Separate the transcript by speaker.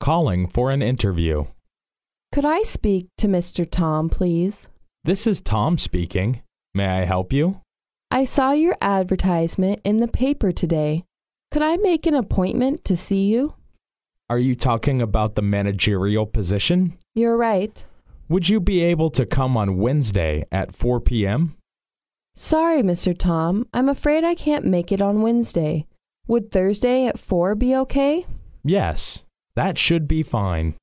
Speaker 1: calling for an interview.
Speaker 2: Could I speak to Mr. Tom, please?
Speaker 1: This is Tom speaking. May I help you?
Speaker 2: I saw your advertisement in the paper today. Could I make an appointment to see you?
Speaker 1: Are you talking about the managerial position?
Speaker 2: You're right.
Speaker 1: Would you be able to come on Wednesday at 4 p.m.?
Speaker 2: Sorry, Mr. Tom. I'm afraid I can't make it on Wednesday. Would Thursday at 4 be okay?
Speaker 1: Yes, that should be fine.